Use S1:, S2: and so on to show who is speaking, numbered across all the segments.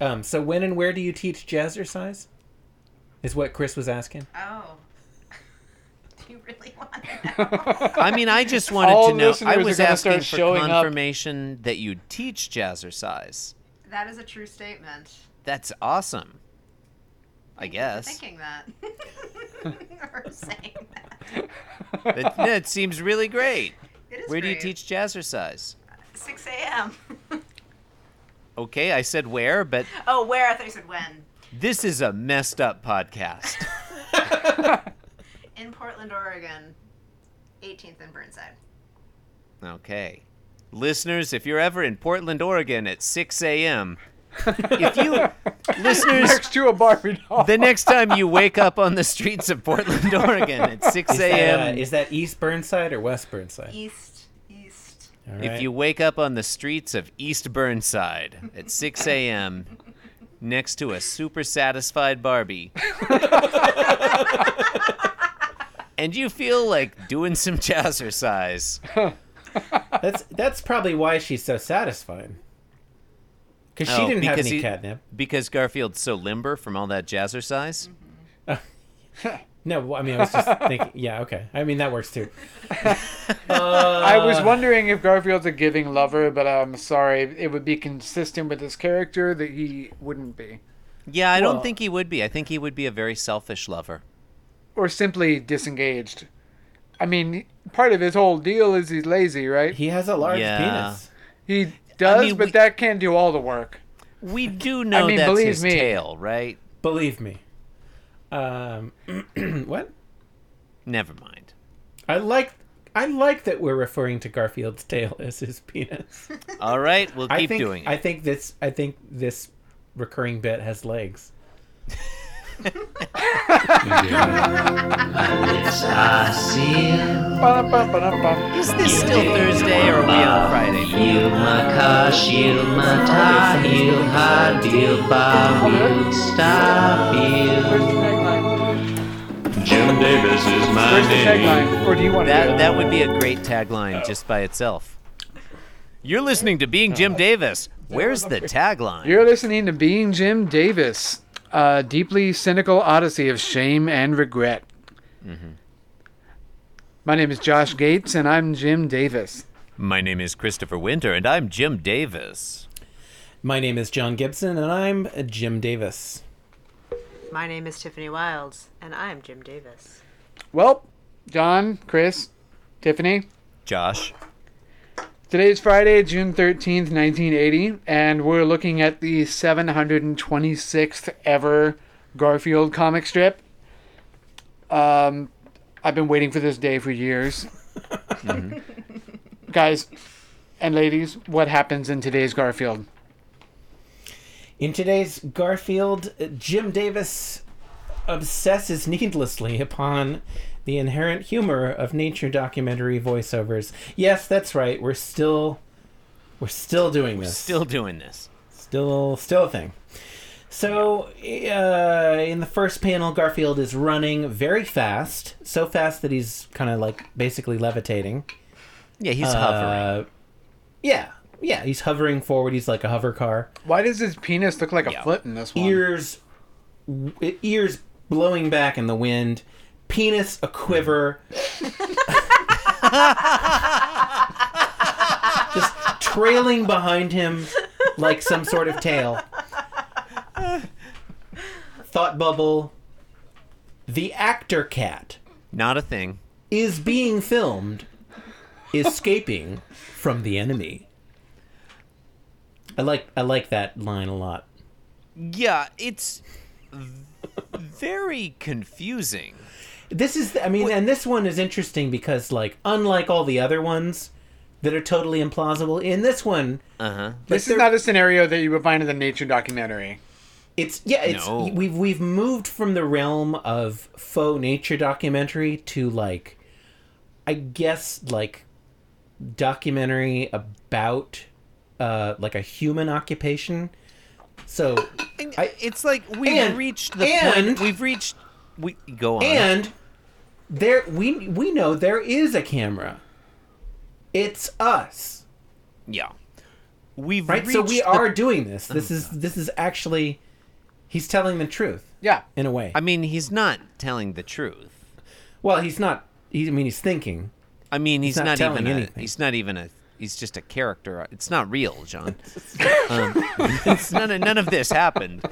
S1: Um, so when and where do you teach jazzercise? Is what Chris was asking.
S2: Oh. Do you really want to know?
S3: I mean, I just wanted
S4: All
S3: to know. I
S4: listeners are
S3: was
S4: gonna
S3: asking
S4: start
S3: for
S4: showing up.
S3: confirmation that you teach jazzercise.
S2: that is a true statement.
S3: That's awesome. I
S2: Thank you for
S3: guess
S2: Thinking that. or saying that.
S3: it, yeah, it seems really great.
S2: It is
S3: Where do you
S2: great.
S3: teach jazzercise?
S2: 6 a.m.
S3: Okay, I said where, but
S2: oh, where? I thought you said when.
S3: this is a messed up podcast.
S2: In Portland, Oregon. 18th and Burnside.
S3: Okay. Listeners, if you're ever in Portland, Oregon at 6 a.m., if you listeners,
S4: Next to a Barbie doll.
S3: the next time you wake up on the streets of Portland, Oregon at 6
S1: Is that, uh,
S3: a.m.,
S1: is that East Burnside or West Burnside?
S2: East. East.
S1: All
S3: if
S1: right.
S3: you wake up on the streets of East Burnside at 6 a.m., next to a super satisfied Barbie, and you feel like doing some jazzercise,
S1: that's that's probably why she's so satisfied. Because she
S3: Oh,
S1: didn't have
S3: because
S1: any
S3: he-
S1: catnip.
S3: because Garfield's so limber from all that jazzercise.
S1: No, well, I mean I was just thinking. Yeah, okay. I mean that works too. Uh,
S4: I was wondering if Garfield's a giving lover, but I'm sorry, it would be consistent with his character that he wouldn't be,
S3: Yeah, I
S1: Well-
S3: don't think he would be. I think he would be a very selfish lover.
S4: or simply disengaged. I mean, part of his whole deal is he's lazy, right?
S1: He has a large
S3: Yeah.
S1: penis.
S4: He does,
S3: mean,
S4: but
S3: we-
S4: that can't do all the work.
S3: We do know
S4: mean,
S3: that's
S4: believe
S3: his
S4: me.
S3: tale, right?
S1: Believe me. Um, what?
S3: Never mind.
S1: I like I like that we're referring to Garfield's tail as his penis.
S3: All right, we'll keep
S1: I think
S3: doing it.
S1: I think this I think this recurring bit has legs.
S4: Ba-dum-bum-ba-dum-bum.
S3: Is this still Thursday or are we on Friday?
S4: Where's the tagline?
S5: Jim Davis is my
S4: Where's the tagline? Or do you want to do
S3: That
S4: it?
S3: that would be a great tagline just by itself. You're listening to Being Jim Davis. Where's the tagline?
S4: You're listening to Being Jim Davis, a deeply cynical odyssey of shame and regret. Mm-hmm. My name is Josh Gates, and I'm Jim Davis.
S3: My name is Christopher Winter and I'm Jim Davis.
S1: My name is John Gibson and I'm Jim Davis.
S2: My name is Tiffany Wilds, and I'm Jim Davis.
S4: Well, John, Chris, Tiffany,
S3: Josh.
S4: today is Friday, June 13th, 1980, and we're looking at the 726th ever Garfield comic strip. Um, I've been waiting for this day for years.
S1: Mm-hmm.
S4: Guys and ladies, what happens in today's Garfield?
S1: In today's Garfield, Jim Davis obsesses needlessly upon the inherent humor of nature documentary voiceovers. Yes, that's right. We're still we're still doing this.
S3: Still doing this.
S1: still still a thing so uh, in the first panel garfield is running very fast so fast that he's kind of like basically levitating
S3: Yeah, he's hovering.
S1: uh, yeah yeah he's hovering forward he's like a hover car
S4: Why does his penis look like a
S3: Yeah.
S4: foot in this one?
S1: ears w- ears blowing back in the wind penis a quiver just trailing behind him like some sort of tail thought bubble the actor cat
S3: Not a thing.
S1: is being filmed escaping from the enemy i like i like that line a lot
S3: Yeah, it's very confusing.
S1: This is, I mean, and this one is interesting because, like, unlike all the other ones that are totally implausible, in this one,
S3: Uh-huh.
S4: This is
S1: they're-
S4: not a scenario that you would find in the nature documentary.
S1: it's yeah, it's
S3: No.
S1: we've we've moved from the realm of faux nature documentary to like, I guess like documentary about uh like a human occupation. So
S3: And
S1: I-
S3: it's like we've
S1: and-
S3: reached the
S1: and-
S3: point. We've reached. We go on.
S1: and there we we know there is a camera. It's us.
S3: yeah, we've
S1: right?
S3: reached
S1: So we
S3: the-
S1: are doing this. This is this is actually he's telling the truth
S4: Yeah.
S1: in a way.
S3: I mean, he's not telling the truth.
S1: well, he's not. He, I mean, he's thinking.
S3: I mean, he's,
S1: not
S3: not,
S1: telling
S3: even. A,
S1: anything.
S3: he's not even a. He's just a character. It's not real, John. um, it's none, of, none of this happened.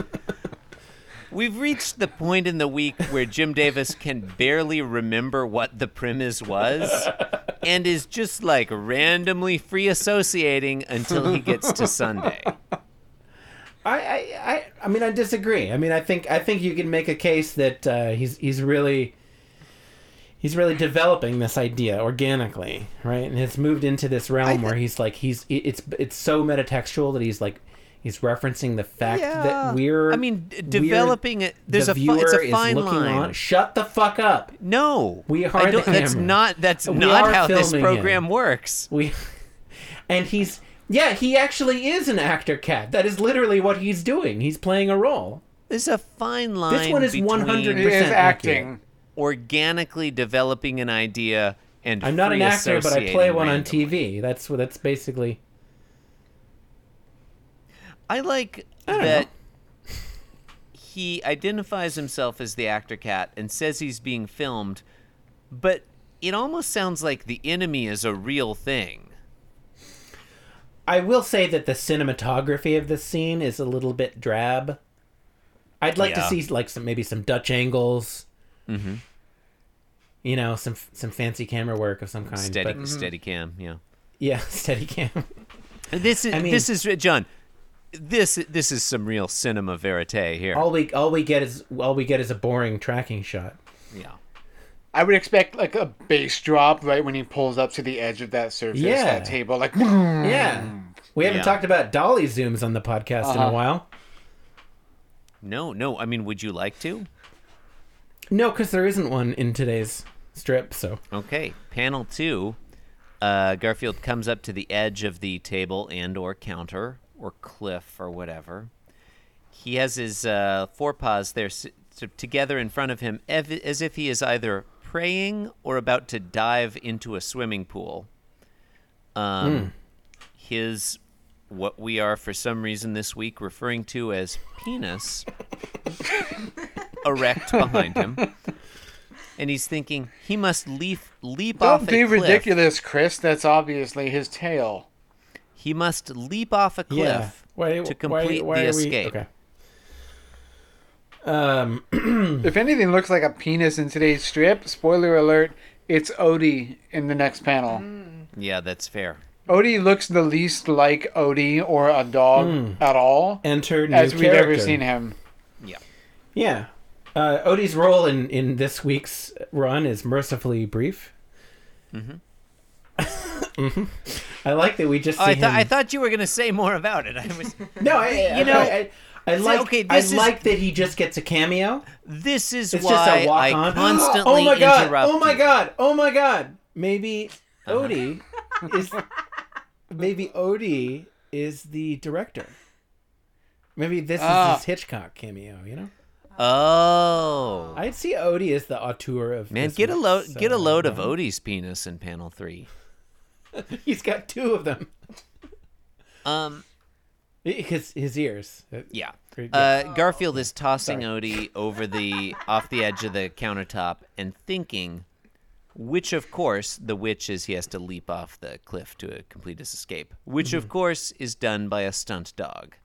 S3: We've reached the point in the week where Jim Davis can barely remember what the premise was and is just like randomly free associating until he gets to Sunday.
S1: I, I, I, I mean, I disagree. I mean, I think I think you can make a case that uh, he's he's really he's really developing this idea organically, right? And it's moved into this realm
S3: I thi-
S1: where he's like he's it- it's it's so metatextual that he's like he's referencing the fact that we're.
S3: I mean, d-
S1: we're-
S3: developing it. There's
S1: the
S3: a. Fi- it's
S1: viewer
S3: a
S1: is
S3: fine
S1: looking
S3: line.
S1: on- Shut the fuck up.
S3: No,
S1: We
S3: I
S1: are
S3: don't,
S1: the
S3: that's
S1: hammer.
S3: not. That's
S1: We
S3: not
S1: are
S3: how this
S1: filming him.
S3: program works.
S1: We, and he's yeah, he actually is an actor cat. That is literally what he's doing. He's playing a role.
S3: There's a fine line.
S1: one is
S3: between
S1: 100%
S4: It is
S1: accurate.
S4: acting.
S3: organically developing an idea and
S1: I'm not an
S3: free
S1: actor, but I play
S3: associating
S1: one on
S3: randomly.
S1: TV. That's what. That's basically.
S3: I like
S1: don't
S3: that
S1: know.
S3: he identifies himself as the actor cat and says he's being filmed, but it almost sounds like the enemy is a real thing.
S1: I will say that the cinematography of this scene is a little bit drab. I'd like
S3: Yeah. Mm-hmm.
S1: to see like some maybe some Dutch angles. You know, some some fancy camera work of some kind.
S3: Steady,
S1: but-
S3: steady cam, yeah.
S1: yeah, steady cam.
S3: This is
S1: I mean-
S3: this is John. This this is some real cinema verite here.
S1: all we all we get is all we get is a boring tracking shot.
S3: yeah.
S4: I would expect like a bass drop right when he pulls up to the edge of that surface,
S1: Yeah.
S4: that table, like
S1: Yeah. We haven't
S3: Yeah.
S1: talked about dolly zooms on the podcast in a
S4: Uh-huh.
S1: while.
S3: No, no. I mean, would you like to?
S1: No, because there isn't one in today's strip. So
S3: Okay, panel two. Uh, Garfield comes up to the edge of the table and or counter or cliff or whatever. He has his uh, forepaws there s- s- together in front of him ev- as if he is either praying or about to dive into a swimming pool. Um,
S4: Hmm.
S3: His what we are for some reason this week referring to as penis erect behind him. And he's thinking he must leap leap off
S4: Don't
S3: a
S4: be
S3: cliff.
S4: ridiculous, Chris. That's obviously his tail.
S3: He must leap off a cliff
S1: yeah, why,
S3: to
S1: why-
S3: complete
S1: why
S3: the
S1: are we-
S3: escape.
S1: okay. Um,
S4: If anything looks like a penis in today's strip, spoiler alert, it's Odie in the next panel.
S3: Mm. Yeah, that's fair.
S4: Odie looks the least like Odie or a dog at all,
S1: enter new
S4: as we've
S1: character.
S4: ever seen him.
S1: Yeah, uh, Odie's role in in this week's run is mercifully brief. Mm-hmm. I like that we just see
S3: Oh, I, th-
S1: him.
S3: I thought you were gonna say more about it. I was.
S1: no, I, I-
S3: you know,
S1: I, I, I like.
S3: okay,
S1: I
S3: this is-
S1: like that he just gets a cameo.
S3: This is
S1: It's
S3: why
S1: just a walk
S3: I
S1: on.
S3: constantly
S1: oh my god!
S3: interrupt.
S1: Oh my
S3: you. Uh-huh.
S1: god! Oh my god! Maybe Odie is maybe Odie is the director. Maybe this
S4: Ah.
S1: is his Hitchcock cameo. You know,
S3: Oh.
S1: I'd see Odie as the auteur of
S3: Man,
S1: this
S3: get a
S1: week's,
S3: load, get a
S1: uh,
S3: load of
S1: run.
S3: Odie's penis in panel three.
S1: He's got two of them.
S3: Um,
S1: His his ears.
S3: yeah.
S1: Great
S3: Uh, Garfield is tossing Odie over the off the edge of the countertop and thinking, which of course the witch is he has to leap off the cliff to complete his escape, which of
S1: Mm-hmm.
S3: course is done by a stunt dog.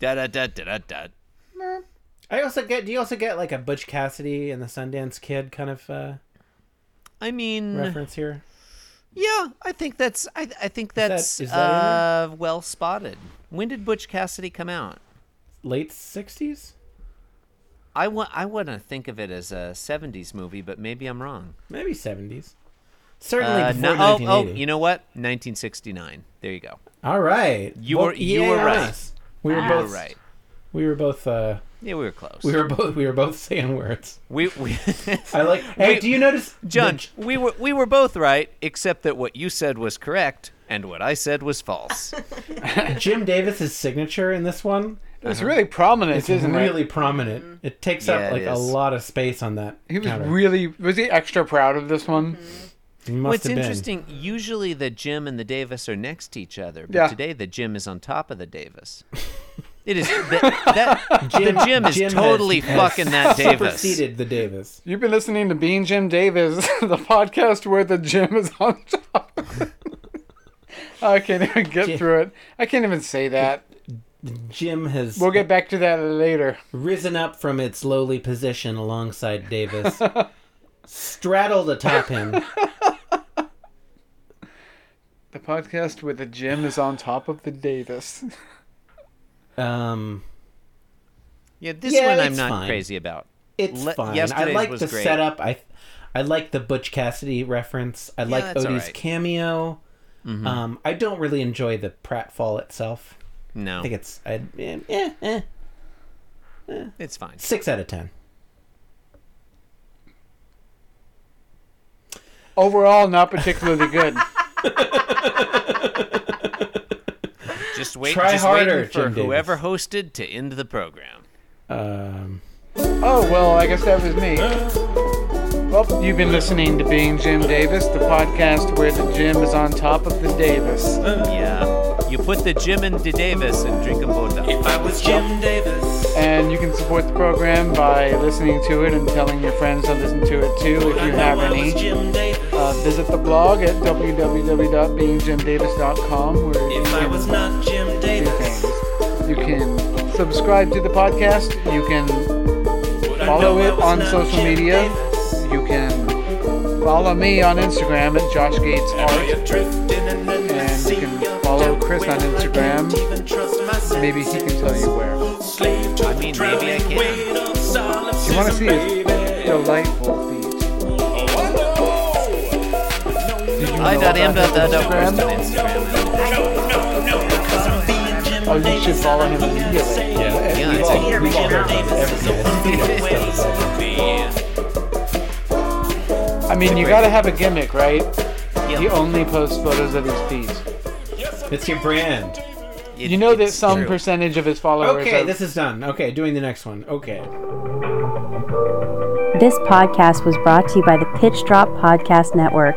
S3: Da da da da da da.
S1: I also get. Do you also get like a Butch Cassidy and the Sundance Kid kind of uh,
S3: I mean,
S1: reference here?
S3: yeah, I think that's I, I think that's
S1: is that
S3: uh, well spotted. When did Butch Cassidy come out?
S1: Late sixties.
S3: I want I want to think of it as a '70s movie, but maybe I'm wrong.
S1: Maybe seventies. Certainly
S3: Uh,
S1: before
S3: no- oh, oh,
S1: 1980.
S3: you know what? 1969. There you go.
S1: All right.
S3: You
S1: Well, E
S3: were- you
S1: yay
S3: were
S1: on
S3: right.
S1: us. We were
S3: You were
S1: both
S3: right.
S1: We were both. Uh,
S3: Yeah, we were close.
S1: we were both. We were both saying words.
S3: We, we
S1: I like. Hey,
S3: We-
S1: do you notice,
S3: John,
S1: the-
S3: we were we were both right, except that what you said was correct and what I said was false.
S1: Jim Davis's signature in this one?
S4: Uh-huh. It's really prominent,
S1: It's
S4: isn't
S1: really
S4: it?
S1: prominent. It takes
S3: Yeah,
S1: up
S3: it
S1: like a
S3: is.
S1: lot of space on that.
S4: He was
S1: counter.
S3: Mm-hmm.
S4: really was he extra proud of this one?
S1: Must
S3: What's
S1: have been.
S3: interesting, usually the Jim and the Davis are next to each other, but
S4: Yeah.
S3: today the Jim is on top of the Davis. It is that, that the Jim is
S1: Jim has-
S3: totally
S1: has
S3: fucking that Davis.
S1: Superseded the Davis.
S4: You've been listening to Being Jim Davis, the podcast where the Jim is on top. I can't even get through it. I can't even say that.
S1: Jim has
S4: We'll get back to that later.
S1: risen up from its lowly position alongside Davis, straddled atop him.
S4: The podcast where the Jim is on top of the Davis.
S1: Um,
S3: Yeah, this
S1: Yeah,
S3: one I'm
S1: it's
S3: not
S1: fine.
S3: crazy about.
S1: it's
S3: Le-
S1: fine. I
S3: yesterday's
S1: like
S3: was
S1: the
S3: great.
S1: setup. I, I like the Butch Cassidy reference. I like
S3: that's all
S1: Odie's
S3: right. Mm-hmm.
S1: cameo. Um, I don't really enjoy the pratfall itself.
S3: No,
S1: I think it's I, eh, eh, eh,
S3: it's fine.
S1: six out of ten.
S4: Overall, not particularly good.
S3: Just wait.
S1: Try
S3: just
S1: harder,
S3: waiting for
S1: Jim Davis.
S3: whoever hosted to end the program.
S1: Um,
S4: Oh, well, I guess that was me. Well, you've been listening to Being Jim Davis, the podcast where the Jim is on top of the Davis.
S3: Yeah, you put the Jim and the Davis and drink them both up.
S6: I was Jim Davis.
S4: And you can support the program by listening to it and telling your friends to listen to it too if you have
S6: I was
S4: any.
S6: Jim Davis.
S4: Uh, visit the blog at www.beingjimdavis.com where you
S6: if I was
S4: can
S6: not Jim
S4: do
S6: Davis,
S4: things. You can subscribe to the podcast. You can
S6: would I
S4: follow
S6: know I
S4: it
S6: was
S4: on
S6: not
S4: social
S6: Jim
S4: media.
S6: Davis?
S4: you can follow me on Instagram at Josh Gates
S6: Am I
S4: Art.
S6: a drifting in an
S4: And you can
S6: unseen
S4: follow
S6: dark
S4: Chris on
S6: well, I can't
S4: Instagram.
S6: even trust my
S4: Maybe he can tell you where.
S6: Slave to
S3: I
S6: the
S3: mean, maybe I
S6: drowning
S3: can.
S6: weight of
S4: If you want to see his
S6: solipsism, baby.
S4: delightful feet.
S6: Oh, I know. No, no,
S3: I dot M dot dot dot
S4: Instagram?
S3: first on Instagram.
S4: Oh, you should follow him immediately.
S3: Yeah, it's like-
S2: Peter McKinnon.
S4: I mean, you gotta have a gimmick, right?
S3: yeah,
S4: He only posts photos of his feet.
S1: it's your brand.
S3: it-
S4: You know that
S3: it's
S4: some
S3: true.
S4: percentage of his followers
S1: Okay,
S4: are
S1: this is done. Okay, doing the next one. Okay.
S7: This podcast was brought to you by the Pitch Drop Podcast Network.